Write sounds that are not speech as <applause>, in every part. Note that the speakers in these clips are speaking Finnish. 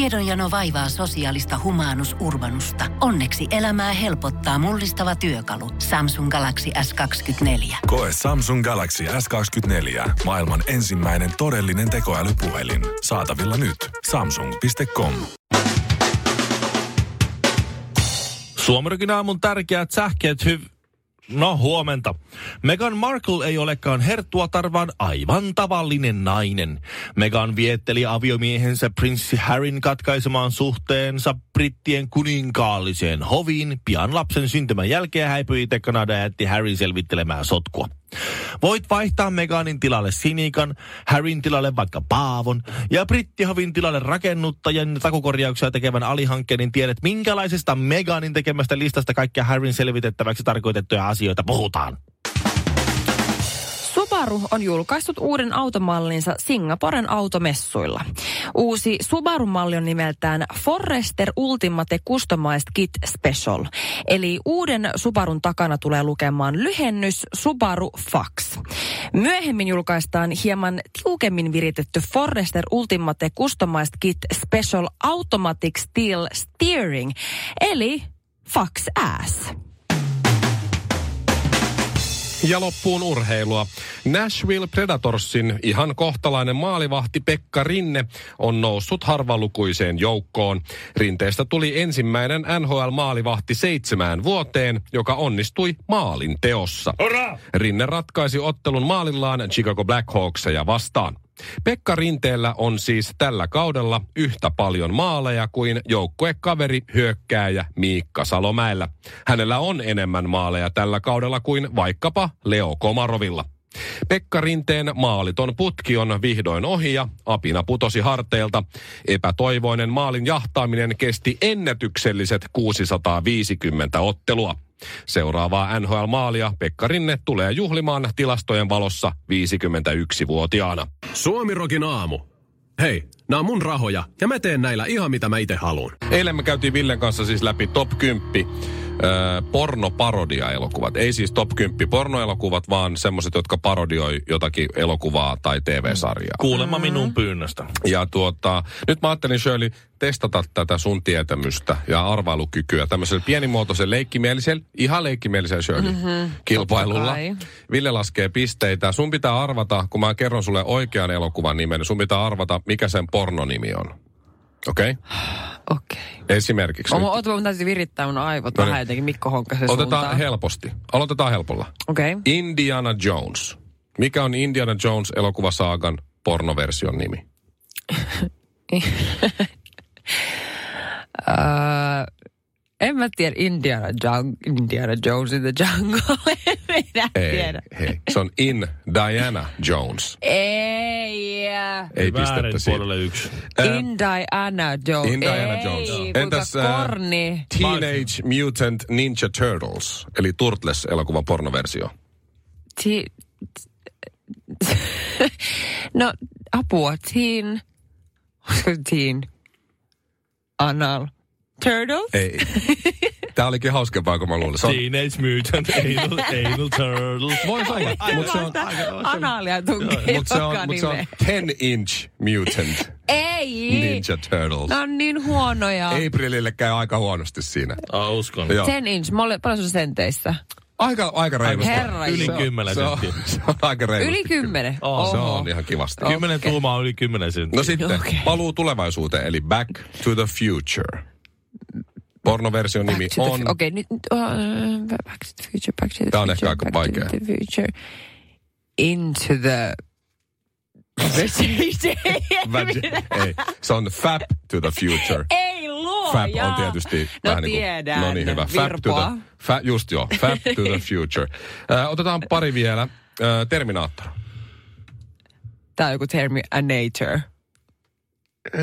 Tiedonjano vaivaa sosiaalista humanus urbanusta. Onneksi elämää helpottaa mullistava työkalu. Samsung Galaxy S24. Koe Samsung Galaxy S24. Maailman ensimmäinen todellinen tekoälypuhelin. Saatavilla nyt. Samsung.com. Suomarikin aamun tärkeät sähkeet hyv... No, huomenta. Meghan Markle ei olekaan herttuatar, vaan aivan tavallinen nainen. Meghan vietteli aviomiehensä prinssi Harryn katkaisemaan suhteensa brittien kuninkaalliseen hoviin. Pian lapsen syntymän jälkeen häipyi itse Kanadaan ja jätti Harryn selvittelemään sotkua. Voit vaihtaa Meganin tilalle Sinikan, Harryn tilalle vaikka Paavon ja Brittihovin tilalle rakennuttajan takukorjauksia tekevän alihankkeen, niin tiedät minkälaisesta Meganin tekemästä listasta kaikkia Harryn selvitettäväksi tarkoitettuja asioita puhutaan. Subaru on julkaissut uuden automallinsa Singaporen automessuilla. Uusi Subaru-malli on nimeltään Forrester Ultimate Customized Kit Special. Eli uuden Subarun takana tulee lukemaan lyhennys Subaru Fax. Myöhemmin julkaistaan hieman tiukemmin viritetty Forrester Ultimate Customized Kit Special Automatic Steel Steering, eli Fax Ass. Ja loppuun urheilua. Nashville Predatorsin ihan kohtalainen maalivahti Pekka Rinne on noussut harvalukuiseen joukkoon. Rinteestä tuli ensimmäinen NHL-maalivahti seitsemään vuoteen, joka onnistui maalin teossa. Rinne ratkaisi ottelun maalillaan Chicago Blackhawksia vastaan. Pekka Rinteellä on siis tällä kaudella yhtä paljon maaleja kuin joukkuekaveri hyökkääjä Miikka Salomäellä. Hänellä on enemmän maaleja tällä kaudella kuin vaikkapa Leo Komarovilla. Pekka Rinteen maaliton putki on vihdoin ohi ja apina putosi harteilta. Epätoivoinen maalin jahtaaminen kesti ennätykselliset 650 ottelua. Seuraavaa NHL-maalia Pekka Rinne tulee juhlimaan tilastojen valossa 51-vuotiaana. Suomirokin aamu. Hei, nämä on mun rahoja ja mä teen näillä ihan mitä mä itse haluan. Eilen me käytiin Villen kanssa siis läpi top 10 öö, pornoparodia-elokuvat. Ei siis top 10 pornoelokuvat, vaan semmoset, jotka parodioi jotakin elokuvaa tai TV-sarjaa. Kuulemma minun pyynnöstä. Ja tuota, nyt mä ajattelin Shirley testata tätä sun tietämystä ja arvailukykyä tämmöisellä pienimuotoisella leikkimielisellä, ihan leikkimielisellä Shirley mm-hmm, kilpailulla. Mhm. kai. Ville laskee pisteitä. Sun pitää arvata, kun mä kerron sulle oikean elokuvan nimen, sun pitää arvata, mikä sen pornonimi on. Okei? Okay? Okei. Okay. Esimerkiksi. Oma, nyt. oota, mun täytyy virittää mun aivot No vähän niin. jotenkin Mikko Honkasen Otetaan suuntaan. helposti. Aloitetaan helpolla. Okei. Okay. Indiana Jones. Mikä on Indiana Jones elokuvasaagan pornoversion nimi? Öö, en mä tiedä Indiana, Jung, Indiana Jones in the Jungle. <laughs> en minä Ei, tiedä. ei. Se on In Diana Jones. Ei. äh, Väärin Ei pistettä siitä. puolelle yksi. Indiana Jones. Indiana Ei, Jones. kuinka Entäs, äh, korni? Teenage Mutant Ninja Turtles, eli Turtles-elokuvan pornoversio. Ti- <laughs> no, apua. Teen. <laughs> Teen. Anal. Turtles? <laughs> Ei. Tämä olikin hauskempaa kuin mä luulin. Se on Teenage <laughs> Mutant Anal, Anal Turtles. Voi sanoa, mutta se on, Analia tunkee mut se on, mut se on jokainen. 10-inch Mutant Ei! Ninja Turtles. Ne on niin huonoja. Aprilille käy aika huonosti siinä. Ah, uskon. Joo. Ten inch, mä olen, paljon se on senteissä? Aika, aika reilusti. Herra Yli Jumala. kymmenen Se on, senttiä. se on aika reilusti. Yli kymmenen? Oh, Se Oho. on ihan kivasti. Kymmenen tuumaa on yli kymmenen senttiä. No sitten, Okei. paluu tulevaisuuteen, eli Back to the Future. Pornoversion nimi Back to the on... fu- Okei, nyt... nyt, Uh, back to the future, back to the Tää on future, ehkä aika back vaikea. to the future. Into the... <laughs> Vag- ei, se on Fab to the Future. Ei luo, Fab on jaa. tietysti no, vähän niin tiedän, kuin, no niin hyvä. Fab to Virpoa. the, fa, just joo, Fab to the Future. Ö, otetaan pari vielä. Ö, Terminaattor. Tää on joku termi, a nature. Ö,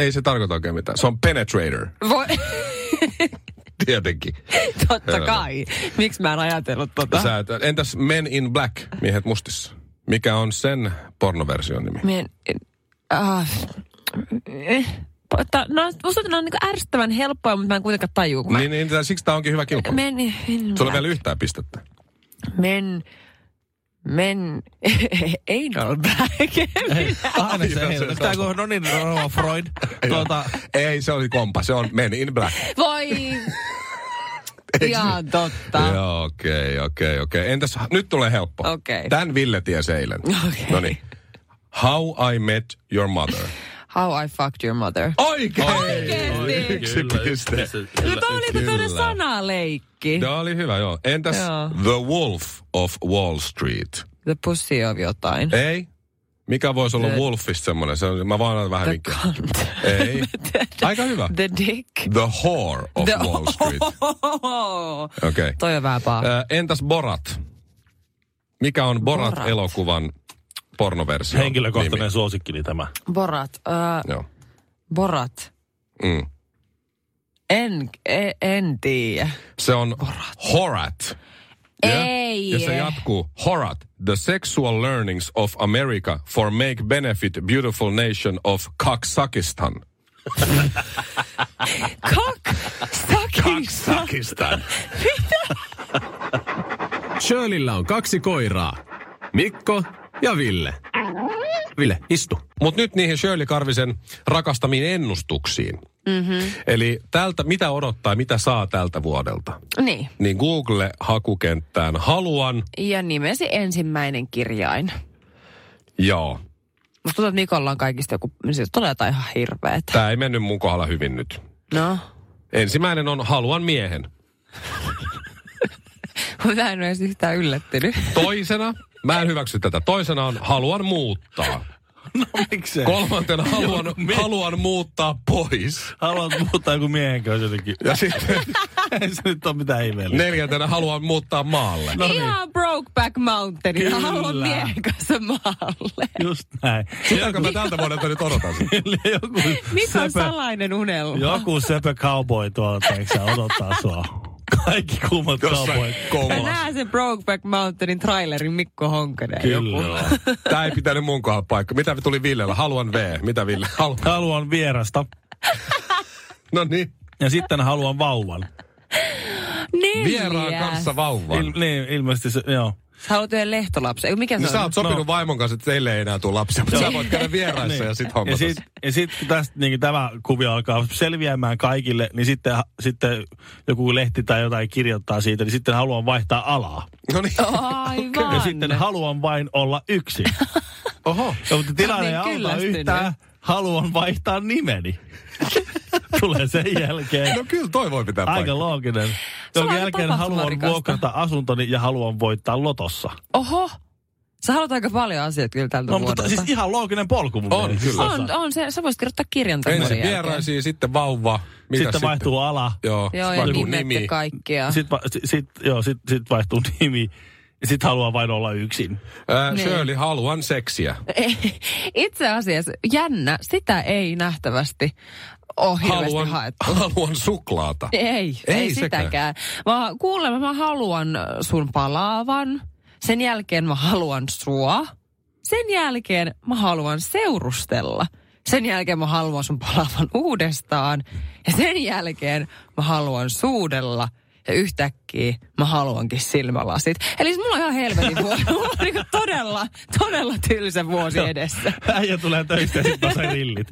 ei se tarkoita oikein mitään. Se on Penetrator, <laughs> Voi, <laughs> tietenkin. totta kai. Miksi mä en ajatellut tota? Sä, et- entäs Men in Black, miehet mustissa? Mikä on sen pornoversion nimi? Mien, äh, eh, ta, no, musta tuntuu, ne on niinku ärsyttävän helppoja, mutta mä en kuitenkaan tajua. Kun mä, Niin, niin, tää- siksi tämä onkin hyvä kilpailu. men, men, Sulla on vielä yhtään pistettä. men, Men <laughs> anal <laughs> bag. Ei, aina se, Aivan ei. se Tää kun, no niin, Rova Freud. Tuota, Ei, se oli kompa. Se on Men in Black. Voi, <laughs> ihan totta. Joo, okei, okei, okei. Entäs, nyt tulee helppo. Okei. Tän Ville tiesi eilen. Okei. No niin. How I Met Your Mother. How I fucked your mother. Oikein! Oikeesti? Yksi piste. No toi oli tämmöinen Kyllä. No. sanaleikki. Tämä oli hyvä, joo. Entäs Joo. The Wolf of Wall Street? The pussy of jotain. Ei. Mikä voisi olla The- Wolfista semmoinen? Se on, mä vaan annan vähän <laughs> The vinkkiä. cunt. Ei. Aika hyvä. The dick. The Whore of The- Wall Street. Okei. Okay. Toi on vähän paha. Ö, Entäs Borat? Mikä on Borat. Borat-elokuvan pornoversio? henkilökohtainen Nimi? suosikkini tämä. Borat. Uh, Joo. borat. Mm. En, en, en tiedä. Se on Horat. Ei. Ja se jatkuu. Horat, the sexual learnings of America for make benefit beautiful nation of Kaksakistan. Kak! Sakis! Kaksakistan. <laughs> Shirleyllä on kaksi koiraa. Mikko ja Ville. Ville, istu. Mutta nyt niihin Shirley Karvisen rakastamiin ennustuksiin. Mm-hmm. Eli tältä, mitä odottaa, mitä saa tältä vuodelta? Niin. Niin Google-hakukenttään haluan, Ja nimesi ensimmäinen kirjain. joo. Musta tuntuu, että Mikolla on kaikista joku, siis tulee jotain ihan hirveetä. Tämä ei mennyt mun kohdalla hyvin nyt. <laughs> No, Ensimmäinen on haluan miehen. mä en ole edes yhtään yllättynyt. Toisena, mä en hyväksy tätä, toisena on haluan muuttaa. No miksei? Kolmantena haluan, haluan muuttaa pois. Haluat muuttaa joku miehen kanssa jotenkin. Ja sitten <laughs> Ei se nyt ole mitään ihmeellistä. neljäntenä haluan muuttaa maalle. No niin, Ihan Brokeback Mountain. Kyllä. Haluan miehen kanssa maalle. just näin. Sitäkö mä tältä vuodelta nyt odotan? joku Mikä on sepä, salainen unelma? joku sepä cowboy tuolta, eikö sä odottaa sua? Kaikki kummat Jossain cowboy. Kouvolassa. Mä näen sen Brokeback Mountainin trailerin Mikko Honkanen. Kyllä. Joku. joo. Tämä ei pitänyt mun kohdalla paikka. Mitä tuli Villellä? Haluan V. Mitä Ville? Halu- Haluan vierasta no niin. ja sitten haluan vauvan. Neljäs. Vieraan kanssa Il, vauvan. niin, ilmiisesti se, joo. Sä haluat yhden lehtolapsen. Ei, Mikä No se sä on? oot sopinut no. vaimon kanssa, että teille ei enää tule lapsia, mutta sä voit käydä vieraissa ja sit hommata. Niin. ja sit, ja sit kun tästä, niin kuin tämä kuvio alkaa selviämään kaikille, niin sitten, sitten joku lehti tai jotain kirjoittaa siitä, niin sitten haluan vaihtaa alaa. No niin. Ja <laughs> Aivan. sitten haluan vain olla yksi. Oho. Ja, mutta tilanne ei Sä oot niin auta kyllästynyt. yhtään. Haluan vaihtaa nimeni. Tulee sen jälkeen. No kyllä toi voi pitää Aika paikkaa. looginen. on Jonka aika jälkeen haluan tapahtumarikasta. vuokrata asuntoni ja haluan voittaa lotossa. Oho. Sä haluat aika paljon asioita kyllä tältä No, mutta vuodelta. siis ihan looginen polku mun On, mielestä. Siis tota, kyllä. on, on, se, sä voisit kirjoittaa kirjan tämän Ensin vuoden jälkeen. vieraisiin, sitten vauva. Mitä Sitten vaihtuu ala. Joo, Joo, ja vaihtuu nimet ja nimi. kaikkia. Sitten va- sit, sit, joo, sit, sit vaihtuu <laughs> nimi. Sitten haluaa vain olla yksin. Ää, Niin. Shirley, haluan seksiä. <laughs> Itse asiassa jännä, sitä ei nähtävästi ole hirveästi Haluan, haettu. <laughs> haluan suklaata. Ei, ei, Ei ei sekään. sitäkään. Mä, kuulemma mä haluan sun palaavan. Sen jälkeen mä haluan sua. Sen jälkeen mä haluan seurustella. Sen jälkeen mä haluan sun palaavan uudestaan. Ja sen jälkeen mä haluan suudella. Ja yhtäkkiä mä haluankin silmälasit. Eli siis mulla on ihan helvetin vuosi. Mulla on niinku todella, todella tylsä vuosi edessä. Äijä tulee töistä ja sitten on rillit.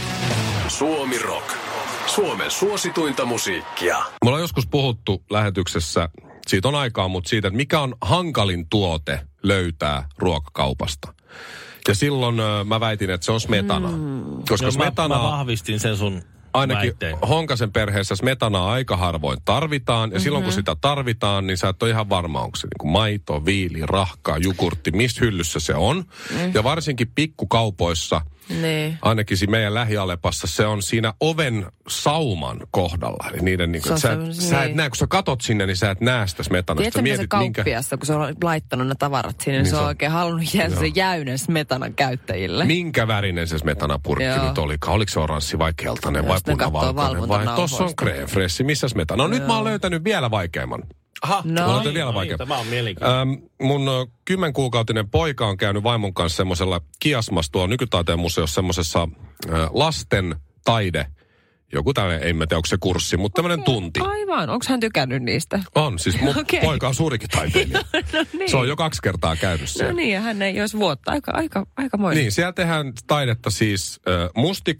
Niin. Suomi Rock. Suomen suosituinta musiikkia. Me ollaan joskus puhuttu lähetyksessä, siitä on aikaa, mutta siitä, että mikä on hankalin tuote löytää ruokakaupasta. Ja silloin ö, mä väitin, että se on smetana. Mm. Koska Joo, mä, mä smetanaa vahvistin sen sun ainakin väitteen. Honkasen perheessä smetanaa aika harvoin tarvitaan. Ja mm-hmm. Mhm. silloin kun sitä tarvitaan, niin sä et ole ihan varma, onko se niin kuin maito, viili, rahkaa, jukurtti, missä hyllyssä se on. Mm. Ja varsinkin pikkukaupoissa, Niin. ainakin siinä meidän lähialepassa, se on siinä oven sauman kohdalla. Eli niiden, niin Se kuin, on sä, et, semmoinen- sä et niin. näe, kun sä katot sinne, niin sä et näe sitä smetanaa. Sä Tiedätkö, mitä se mietit, minkä- kauppiassa, kun se on laittanut ne tavarat sinne, niin se on oikein halunnut jäädä se jäynen smetanan käyttäjille. Minkä värinen se smetanapurkki Joo. nyt olikaan? Oliko se oranssi vai keltainen vai Jos ne kattoo punavalkoinen? Vai valvontanauhoista. tossa on kreefressi, missä smetana? No nyt mä oon löytänyt vielä vaikeimman. Aha, No. Mä oon Ai, löytänyt vielä Ai, vaikeamman. Niin, tämä on mielenkiintoista. Ähm, mun ö, kymmenkuukautinen poika on käynyt vaimon kanssa semmoisella kiasmas tuolla nykytaiteen museossa semmoisessa äh, lasten taide Joku tällainen, en mä tiedä, onko se kurssi, mutta tämmöinen tunti. Aivan, onko hän tykännyt niistä? No On, siis mun Okei. poika on suurikin taiteilija. <laughs> No niin. Se on jo kaksi kertaa käynyt No siellä. niin, ja hän ei olisi vuotta. Aika, aika, aika Niin, siellä tehdään taidetta siis äh,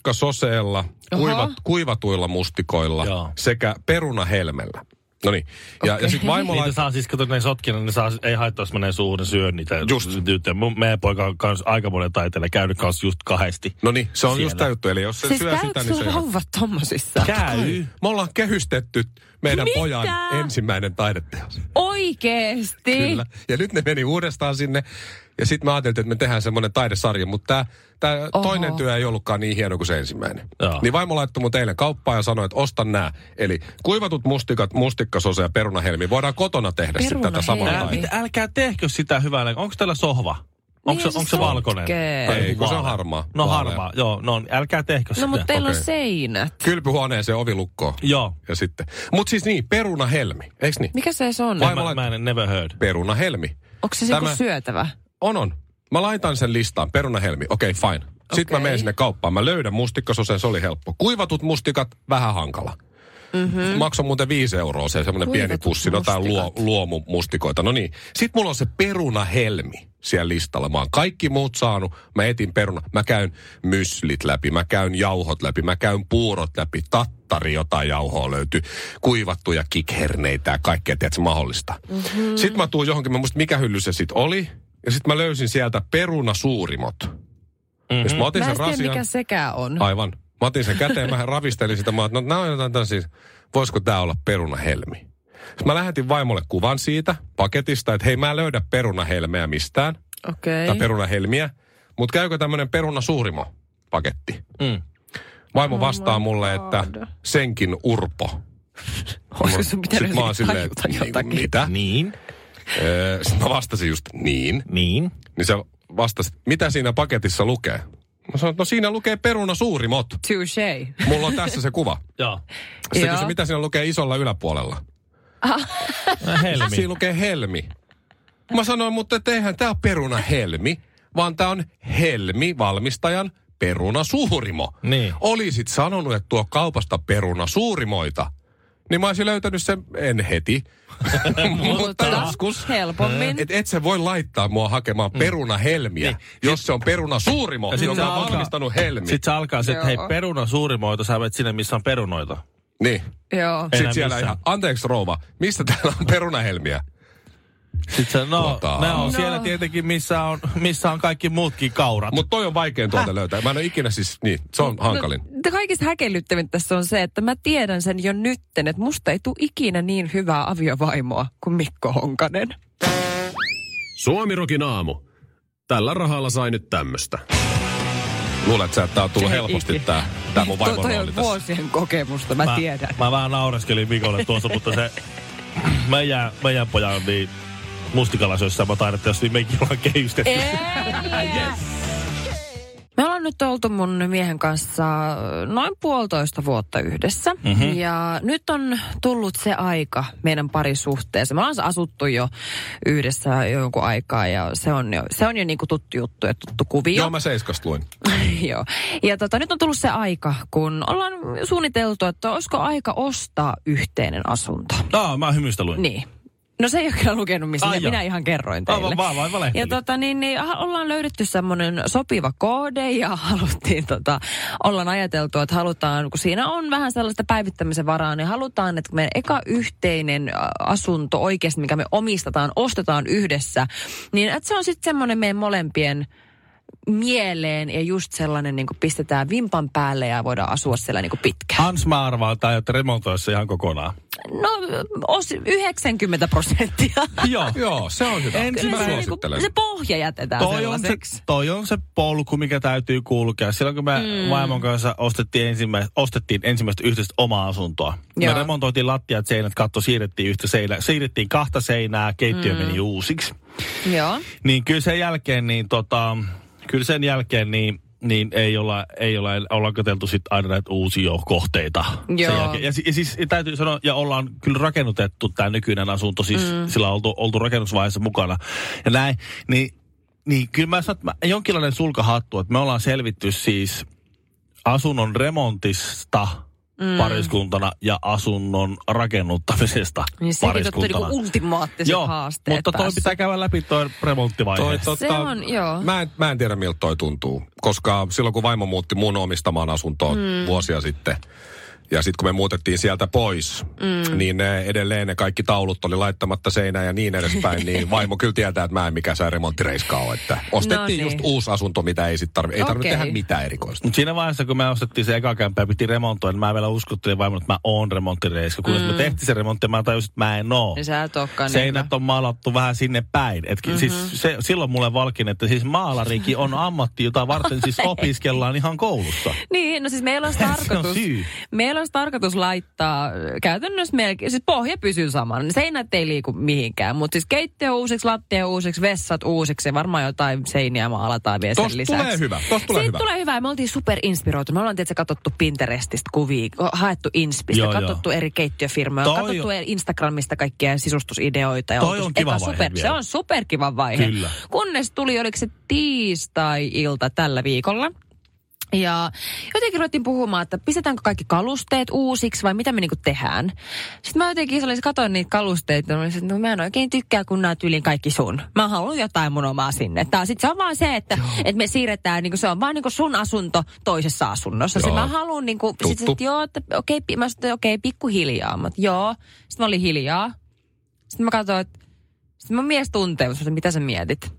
mustikkasoseella, Oho. kuivat, kuivatuilla mustikoilla Joo. sekä perunahelmellä. No niin, ja, okay. ja Okei. Niin, sitten vaimo Niitä laittaa... saa siis, kato, ne sotkina, ne saa, ei haittaa, jos menee suuhun, ne syö niitä. Just. Tyttöjä. Mun, meidän poika on kans, aika monen taiteilija, käynyt kanssa just kahdesti. No niin, se on just Siellä. täytty, eli jos se Siis syö sitä, käykö niin sulla se... niin vauvat tommosissa? Käy. Me ollaan kehystetty meidän Mitä? pojan ensimmäinen taideteos. Oikeesti? Kyllä. Ja nyt ne meni uudestaan sinne. Ja sitten me ajateltiin, että me tehdään semmoinen taidesarja, mutta tämä Oho. toinen työ ei ollutkaan niin hieno kuin se ensimmäinen. Joo. Niin vaimo laittoi mun teille kauppaan ja sanoi, että osta nämä. Eli kuivatut mustikat, mustikkasose ja perunahelmi. Voidaan kotona tehdä sitten tätä samaa Perunahelmi. Ää, Ai. lajia. mitä, älkää tehkö sitä hyvällä. Onko täällä sohva? Onko Niin, se, se onko se valkoinen? sotkee. Tai Ei, kun se on vaalea? harmaa. No Vaalea. harmaa, joo. No, älkää tehkö sitä. No mutta teillä Okei. on seinät. Kylpyhuoneeseen ovilukkoon. Joo. Ja sitten. Mutta siis niin, perunahelmi. Eiks niin? Mikä se edes on? Vai- Mä, mä, en never heard. Perunahelmi. Onko se joku Tämä- syötävä? On, on. Mä laitan sen listaan, perunahelmi. Okei, okay, fine. Sitten Okei. mä menen sinne kauppaan. Mä löydän mustikkasosen, se oli helppo. Kuivatut mustikat, vähän hankala. Mm-hmm. Maksoi muuten 5 euroa se semmoinen pieni Kuivatut pussi, no tää luo, mustikat. luomu mustikoita. No niin, sit mulla on se perunahelmi siellä listalla. Mä oon kaikki muut saanut, mä etin peruna. Mä käyn myslit läpi, mä käyn jauhot läpi, mä käyn puurot läpi, tattari jotain jauhoa löytyy, kuivattuja kikherneitä ja kaikkea, tiedätkö, mahdollista. Mm-hmm. Sitten mä tuun johonkin, mä muistan, mikä hylly se sit oli. Ja sitten mä löysin sieltä perunasuurimot. Mm-hmm. Jos mä otin Mä en sen tiedä, rasian... mikä sekään on. Aivan. Mä otin sen käteen, mä ravistelin sitä. Mä oon, no nää on jotain tällaisia, voisiko tää olla perunahelmi? Sitten mä lähetin vaimolle kuvan siitä paketista, että hei mä en löydä perunahelmeä mistään, Okei. tai perunahelmiä, mutta käykö tämmönen perunasuurimo paketti? Mm. Oh Vaimo vastaa mulle, että senkin <laughs> urpo. Olisiko sun pitänyt Sitten mä oon jotenkin silleen, että tajuta niinku, jotakin? mitä? Niin, Öö, Sitten mä vastasin just niin. niin. Niin se vastasi, mitä siinä paketissa lukee? Mä sanoin, että no siinä lukee perunasuurimot. Touché. Mulla on tässä se kuva. Joo. Sitten Joo. kysyi, mitä siinä lukee isolla yläpuolella? No, Helmi. Siinä lukee helmi. Mä sanoin, mutta et eihän tämä peruna helmi, vaan tämä on helmi valmistajan peruna suurimo. Niin. Olisit sanonut, että tuo kaupasta peruna suurimoita, niin mä olisin löytänyt sen, en <laughs> heti, mutta joskus. Helpommin. Et, et sä voi laittaa mua hakemaan peruna helmiä, jos se on peruna suurimo, Mm. Niin. Ja sit se joka on alkaa- valmistanut helmi. Sitten se alkaa se, että hei, Joo. peruna suurimoita, sä menet sinne, missä on perunoita. Niin. Joo. Ei. Sitten Enää siellä missään. ihan, anteeksi rouva, mistä täällä on perunahelmiä? Sitten se, no, Tota. ne on No. siellä tietenkin, missä on, missä on kaikki muutkin kaurat. Mutta toi on vaikein tuolta löytää. Mä en ole ikinä siis, niin, se on hankalin. No, kaikista häkellyttävintä tässä on se, että mä tiedän sen jo nytten, että musta ei tule ikinä niin hyvää aviovaimoa kuin Mikko Honkanen. Suomirokin aamu. Tällä rahalla sai nyt tämmöstä. Luulet sä, että tää on tullut Ei helposti ikinä. tää, tää mun Toi, vaimon toi rooli on tässä. vuosien kokemusta, mä, tiedän. Mä vähän naureskelin Mikolle tuossa, mutta se meidän, meidän pojan on niin mustikalasyössä mä taidetta, jos niin mekin ollaan kehystetty. Eh. Me ollaan nyt oltu mun miehen kanssa noin puolitoista vuotta yhdessä. Mhm. Mm-hmm. Ja nyt on tullut se aika meidän parisuhteeseen. Me ollaan asuttu jo yhdessä jo jonkun aikaa ja se on jo, se on jo niinku tuttu juttu ja tuttu kuvio. Joo, mä seiskasta luin. <laughs> Joo. Ja tota, nyt on tullut se aika, kun ollaan suunniteltu, että olisiko aika ostaa yhteinen asunto. No, mä hymystä luin. Niin. No se ei ole kyllä lukenut missä, Ai minä, joo. minä ihan kerroin teille. Aivan, vaan- vaan valehteli. ja tota, niin, niin, aha, ollaan löydetty semmoinen sopiva koode ja <laughs> haluttiin, tota, ollaan ajateltu, että halutaan, kun siinä on vähän sellaista päivittämisen varaa, niin halutaan, että meidän eka yhteinen ä, asunto oikeasti, mikä me omistetaan, ostetaan yhdessä, niin että se on sitten semmoinen meidän molempien mieleen ja just sellainen niin kuin pistetään vimpan päälle ja voidaan asua siellä niin kuin pitkään. Hans, mä arvaan, että aiotte remontoida se ihan kokonaan. No os, 90 prosenttia. Joo. Joo, se on hyvä. Ensin Ensin Kyllä mä se, niinku, suosittelen. se pohja jätetään Toi on, se, sellaiseksi. toi on se polku, mikä täytyy kulkea. Silloin kun me mm. vaimon kanssa ostettiin, ensimmä, ostettiin ensimmäistä yhteistä omaa asuntoa. Joo. Joo. Me remontoitiin lattiat, seinät, katto, siirrettiin yhtä seinää. Siirrettiin kahta seinää, keittiö mm. meni uusiksi. Joo. Niin kyllä sen jälkeen, niin tota, kyllä sen jälkeen, niin niin ei olla, ei olla, ollaan katseltu sit aina näitä uusia kohteita. sen Joo. jälkeen. Ja, si- ja, siis täytyy sanoa, ja ollaan kyllä rakennutettu tämä nykyinen asunto, siis mm. sillä on oltu, oltu rakennusvaiheessa mukana. Ja näin, niin, niin kyllä mä sanon, että mä- jonkinlainen sulkahattu, että me ollaan selvitty siis asunnon remontista mm. pariskuntana ja asunnon rakennuttamisesta Niin sekin on niinku ultimaattiset Joo, haasteet mutta toi päässä. pitää käydä läpi toi remonttivaihe. Toi, Toi totta, Se on, joo. Mä en, mä en tiedä, miltä toi tuntuu. Koska silloin, kun vaimo muutti mun omistamaan asuntoon mm. vuosia sitten, ja sitten kun me muutettiin sieltä pois, mm. niin ne, edelleen ne kaikki taulut oli laittamatta seinään ja niin edespäin, <laughs> niin vaimo kyllä tietää, että mä en mikään sää remonttireiska ole. Että ostettiin No no niin. niin. just uusi asunto, mitä ei sit tarvi, ei tarvitse Okei. tehdä mitään erikoista. Mut siinä vaiheessa, kun me ostettiin se eka kämppä ja piti remontoida, niin mä vielä uskottelin vaimolle, että mä oon remonttireiska. Kun mm. me tehtiin se remontti, mä tajusin, että mä en oo. Niin sä et olekaan niin Seinät on maalattu vähän sinne päin. Et mm-hmm. siis se, silloin mulle valkin, että siis maalarikin on ammatti, jota varten <laughs> siis opiskellaan ihan koulussa. Niin, no siis meillä olisi <laughs> Se on tarkoitus, syy. meillä olisi tarkoitus laittaa ö, käytännössä melkein, siis pohja pysyy samana, seinät ei liiku mihinkään, mutta siis keittiö uusiksi, lattia uusiksi, vessat uusiksi ja varmaan jotain seiniä maalataan vielä sen Tosta lisäksi. tulee hyvä, tosta Siitä tulee hyvä. tulee hyvä ja me oltiin superinspiroituneet. Me ollaan tietysti katsottu Pinterestistä kuvia, o- haettu inspistä, Joo, joo. katsottu eri keittiöfirmoja, Toi katsottu on- Instagramista kaikkia sisustusideoita. Ja Toi oltu- on kiva eka vaihe super, vielä. Se on superkiva vaihe. Kyllä. Kunnes tuli, oliko se tiistai-ilta tällä viikolla, ja jotenkin ruvettiin puhumaan, että pistetäänkö kaikki kalusteet uusiksi vai mitä me niinku tehdään. Sitten mä jotenkin sellais- katsoin niitä kalusteita ja mä olin, se, että no mä en oikein tykkää, kun nämä tyylin kaikki sun. Mä haluan jotain mun omaa sinne. Tää sit se on vaan se, että, että me siirretään, niinku, se on vaan niinku sun asunto toisessa asunnossa. Sitten Joo. mä haluan, niinku, sit, Tuttu. sit, joo, että okei, pi- mä sanoin, että okei, pikkuhiljaa. Mä, oon, että joo. Sitten mä olin hiljaa. Sitten mä katsoin, että sitten mun mies tuntee, mutta mitä sä mietit?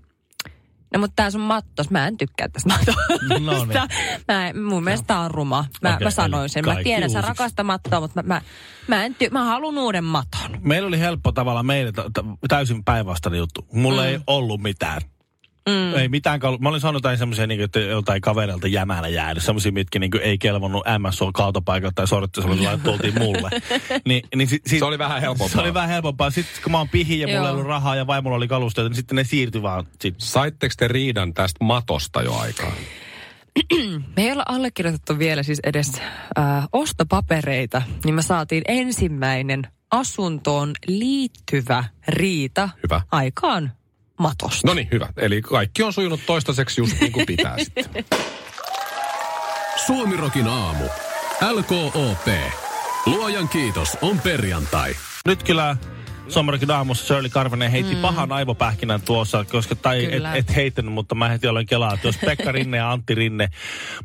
No mutta tää sun mattos, mä en tykkää tästä matosta. No niin. Mä, en- mun mielestä tää on ruma. Mä, Okei, mä sanoin eli sen. Mä kaikki tiedän, sä uusiksi. rakastat mattoa, mutta mä, mä, mä, en ty- mä haluun uuden maton. Meillä oli helppo tavalla meille t- t- täysin päinvastainen juttu. Mulla mm. ei ollut mitään. Mm. Ei mitään kalu- Mä olin saanut jotain semmoisia, niin että jotain kavereilta jämällä jäänyt. Semmoisia, mitkä niin ei kelvonnut MSO-kautopaikalta tai sorttisemmoisella, että tultiin <laughs> mulle. Ni, niin si- si- Se oli vähän helpompaa. Se oli vähän helpompaa. Sitten kun mä oon pihi ja mulla ei Joo. ollut rahaa ja vaimolla oli kalusteita, niin sitten ne siirtyi vaan. Sit. Saitteko te riidan tästä matosta jo aikaan? Me ei olla allekirjoitettu vielä siis edes äh, ostopapereita, niin me saatiin ensimmäinen asuntoon liittyvä riita Hyvä. aikaan matosta. No niin, hyvä. Eli kaikki on sujunut toistaiseksi just niin kuin <laughs> pitää sitten. Suomirokin aamu. LKOP. Luojan kiitos, on perjantai. Nyt kyllä Suomarikin aamussa Shirley Karvinen heitti mm. pahan aivopähkinän tuossa, koska, tai et, Kyllä. et heittänyt, mutta mä heti olen kelaa, että jos Pekka Rinne ja Antti Rinne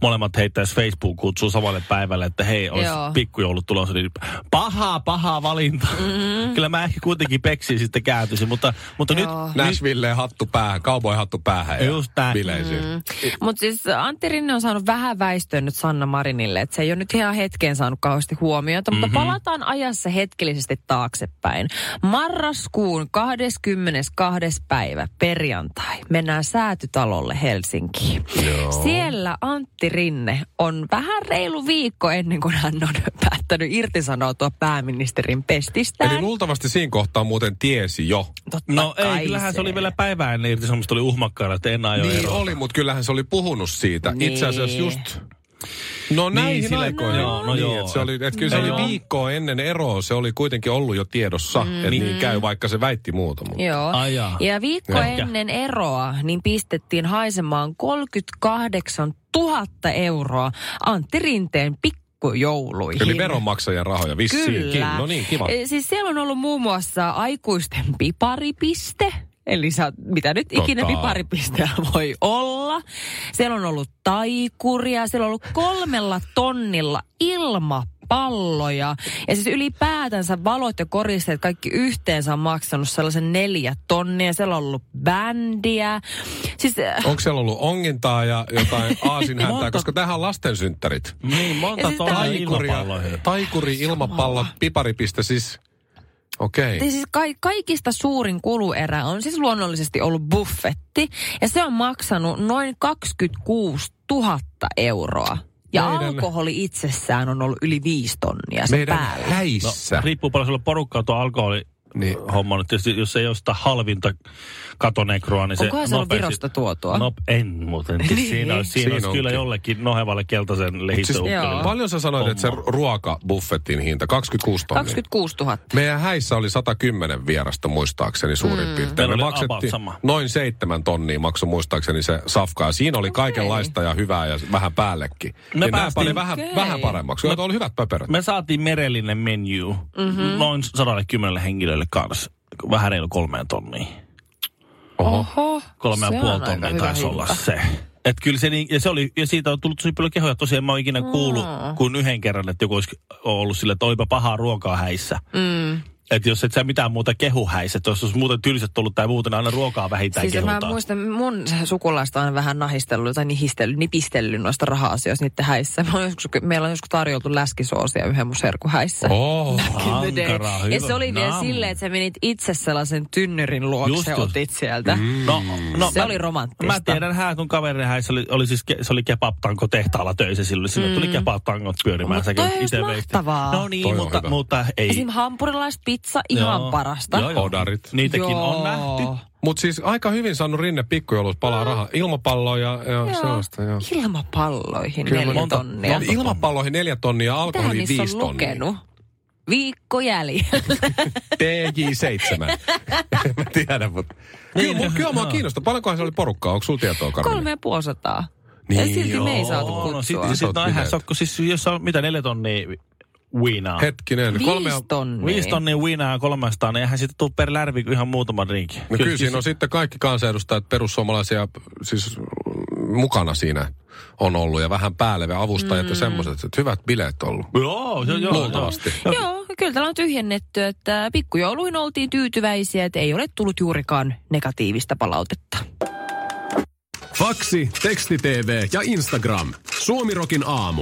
molemmat heittäisi facebook kutsuu samalle päivälle, että hei, olisi Joo. pikkujoulut tulossa, niin pahaa, pahaa valinta. Mm. kyllä mä ehkä kuitenkin peksiin sitten kääntyisin, mutta, mutta nyt... Joo. Nashville hattu päähän, cowboy hattu päähän. ja Just näin. Bileisiin. Mutta siis Antti Rinne on saanut vähän väistöä nyt Sanna Marinille, että se ei ole nyt ihan hetkeen saanut kauheasti huomiota, mutta Mhm. mm-hmm. palataan ajassa hetkellisesti taaksepäin. Marraskuun 22. päivä perjantai mennään säätytalolle Helsinkiin. Joo. Siellä Antti Rinne on vähän reilu viikko ennen kuin hän on päättänyt irtisanoutua pääministerin pestistään. Eli luultavasti siinä kohtaa muuten tiesi jo. Totta No kai ei, kyllähän se oli vielä päivää ennen irtisanomista, oli uhmakkaana, että en aio niin eroa. oli, mutta kyllähän se oli puhunut siitä. Niin. Niin. Itse asiassa just... No näihin Niin, sillä- aikoihin. joo, no niin, joo. Et se oli, et kyllä se No oli joo. viikkoa ennen eroa, se oli kuitenkin ollut jo tiedossa. Mm. Että niin käy, vaikka se väitti muuta. Mutta. Joo. Ai jaa. ja viikko Ehkä. ennen eroa niin pistettiin haisemaan 38 000 euroa Antti Rinteen pikkujouluihin. Eli veronmaksajan rahoja vissiinkin. Niin. Kyllä. No niin, kiva. E, Siis siellä on ollut muun muassa aikuisten piparipiste. Eli sä, mitä nyt ikinä Tota. piparipisteellä <laughs> voi olla. Siellä on ollut taikuria, siellä on ollut kolmella tonnilla ilmapalloja. Ja siis ylipäätänsä valot ja koristeet kaikki yhteensä on maksanut sellaisen neljä tonnia. Siellä on ollut bändiä. Siis äh, Onko siellä ollut ongintaa ja jotain aasinhäntää, Monta- koska tähän on lastensynttärit. Niin, monta siis tonnia tää- Taikuria, ilmapalloihin. taikuri, ilmapallo, piparipiste siis. Okei. Niin. Ja siis ka- kaikista suurin kuluerä on siis luonnollisesti ollut buffetti. Ja se on maksanut noin 26 000 euroa. Ja Meidän- Meidän... alkoholi itsessään on ollut yli viisi tonnia sen Meidän päällä. häissä. No, riippuu paljon sulla porukkaa tuo alkoholi niin. homma. Nyt tietysti, jos ei ole sitä halvinta katonegroa, niin se Onkohan se ollut nopeasti- Virosta tuotua? No en muuten. Siinä, Niin. siinä, olisi- siinä Siinä olisi kyllä onkin. jollekin nohevalle keltaisen Siis, lehistöukkelille. Joo. paljon sä sanoit, että se ruokabuffetin hinta, 26 tonnia. 26 000. Meidän häissä oli 110 vierasta muistaakseni suurin mm. piirtein. Meillä Me oli about maksettiin sama. noin seitsemän tonnia maksoi muistaakseni se safka. Ja siinä oli okay. kaikenlaista ja hyvää ja vähän päällekin. Me Me niin nämä päästiin- pani vähän, Okei. vähän paremmaksi. Me... oli hyvät pöperöt. Me... Me saatiin merellinen menu Mhm. mm-hmm. noin 110 henkilölle kanssa. Vähän reilu kolmeen tonniin. Oho. Oho, Kolme ja se puoli on aika tonnia hyvä taisi olla hinta. se. Et kyllä se, niin, ja, se oli, ja siitä on tullut tosi paljon kehoja. Tosiaan mä oon ikinä kuullut kuin yhden kerran, että joku olisi ollut sillä, että oipa pahaa ruokaa häissä. Mm. Että jos et sä mitään muuta kehu häissä, että jos olisi muuten tylsät tullut tai muuten aina ruokaa vähintään Siis mä kehutaan. muistan, mun sukulaista on vähän nahistellut tai nihistellyt, nipistellyt noista raha-asioista niiden häissä. Mä oon joskus, meillä on joskus tarjoltu läskisoosia yhden mun serkun häissä. Oho. Kyllä, Dave. Ankaraa, hyvä. ja se oli vielä Nam. silleen, että sä menit itse sellaisen tynnyrin Just luokse just. otit sieltä. Mm. No, no, Se oli romanttista. Mä tiedän, hän mun kaveri, hän, se oli, oli siis, ke- se oli kebab-tanko tehtaalla töissä silloin. Silloin tuli kebab-tangot pyörimään. Mm. Mut säkin toi on just ite veisti. mahtavaa. No niin, Toi on mutta, hyvä. mutta ei. Esim. hampurilaispizza, ihan Joo. parasta. Joo, joo. Odarit. Niitäkin on Joo. nähty. Mutta siis aika hyvin saanut rinne pikkujoulut palaa rahaa. Ilmapalloa ja, ja joo. sellaista. Joo. Ilmapalloihin Kyllä, neljä monta- tonnia. monta- Ilmapalloihin neljä tonnia, Mitä alkoholiin niissä viisi on tonnia. lukenut? Viikko jäljellä. <laughs> TJ7. Mä tiedän, mutta... Kyllä, Niin, mu- kyllä mua joo. kiinnostaa. Paljonkohan se oli porukkaa? Onko sulla tietoa, Karmi? Kolme ja puoli sataa. Niin ja silti me ei joo. saatu kutsua. No, sitten Isot sit, no eihän bileet. se ole, kun siis jos on mitä neljä tonnia viinaa. Hetkinen. Kolme ja... Viisi tonnia. Viisi tonnia viinaa ja 300, niin eihän siitä tule per lärvi kuin ihan muutama drinki. No kyllä siinä on sitten kaikki kansanedustajat, perussuomalaisia, siis mm, mukana siinä on ollut ja vähän päälle ja avustajat mm. ja semmoiset, että hyvät bileet on ollut. Joo, joo, joo. Luultavasti. Joo. Joo, kyllä täällä on tyhjennetty, että pikkujouluihin oltiin tyytyväisiä, että ei ole tullut juurikaan negatiivista palautetta. Faksi, teksti TV ja Instagram. Suomirokin aamu.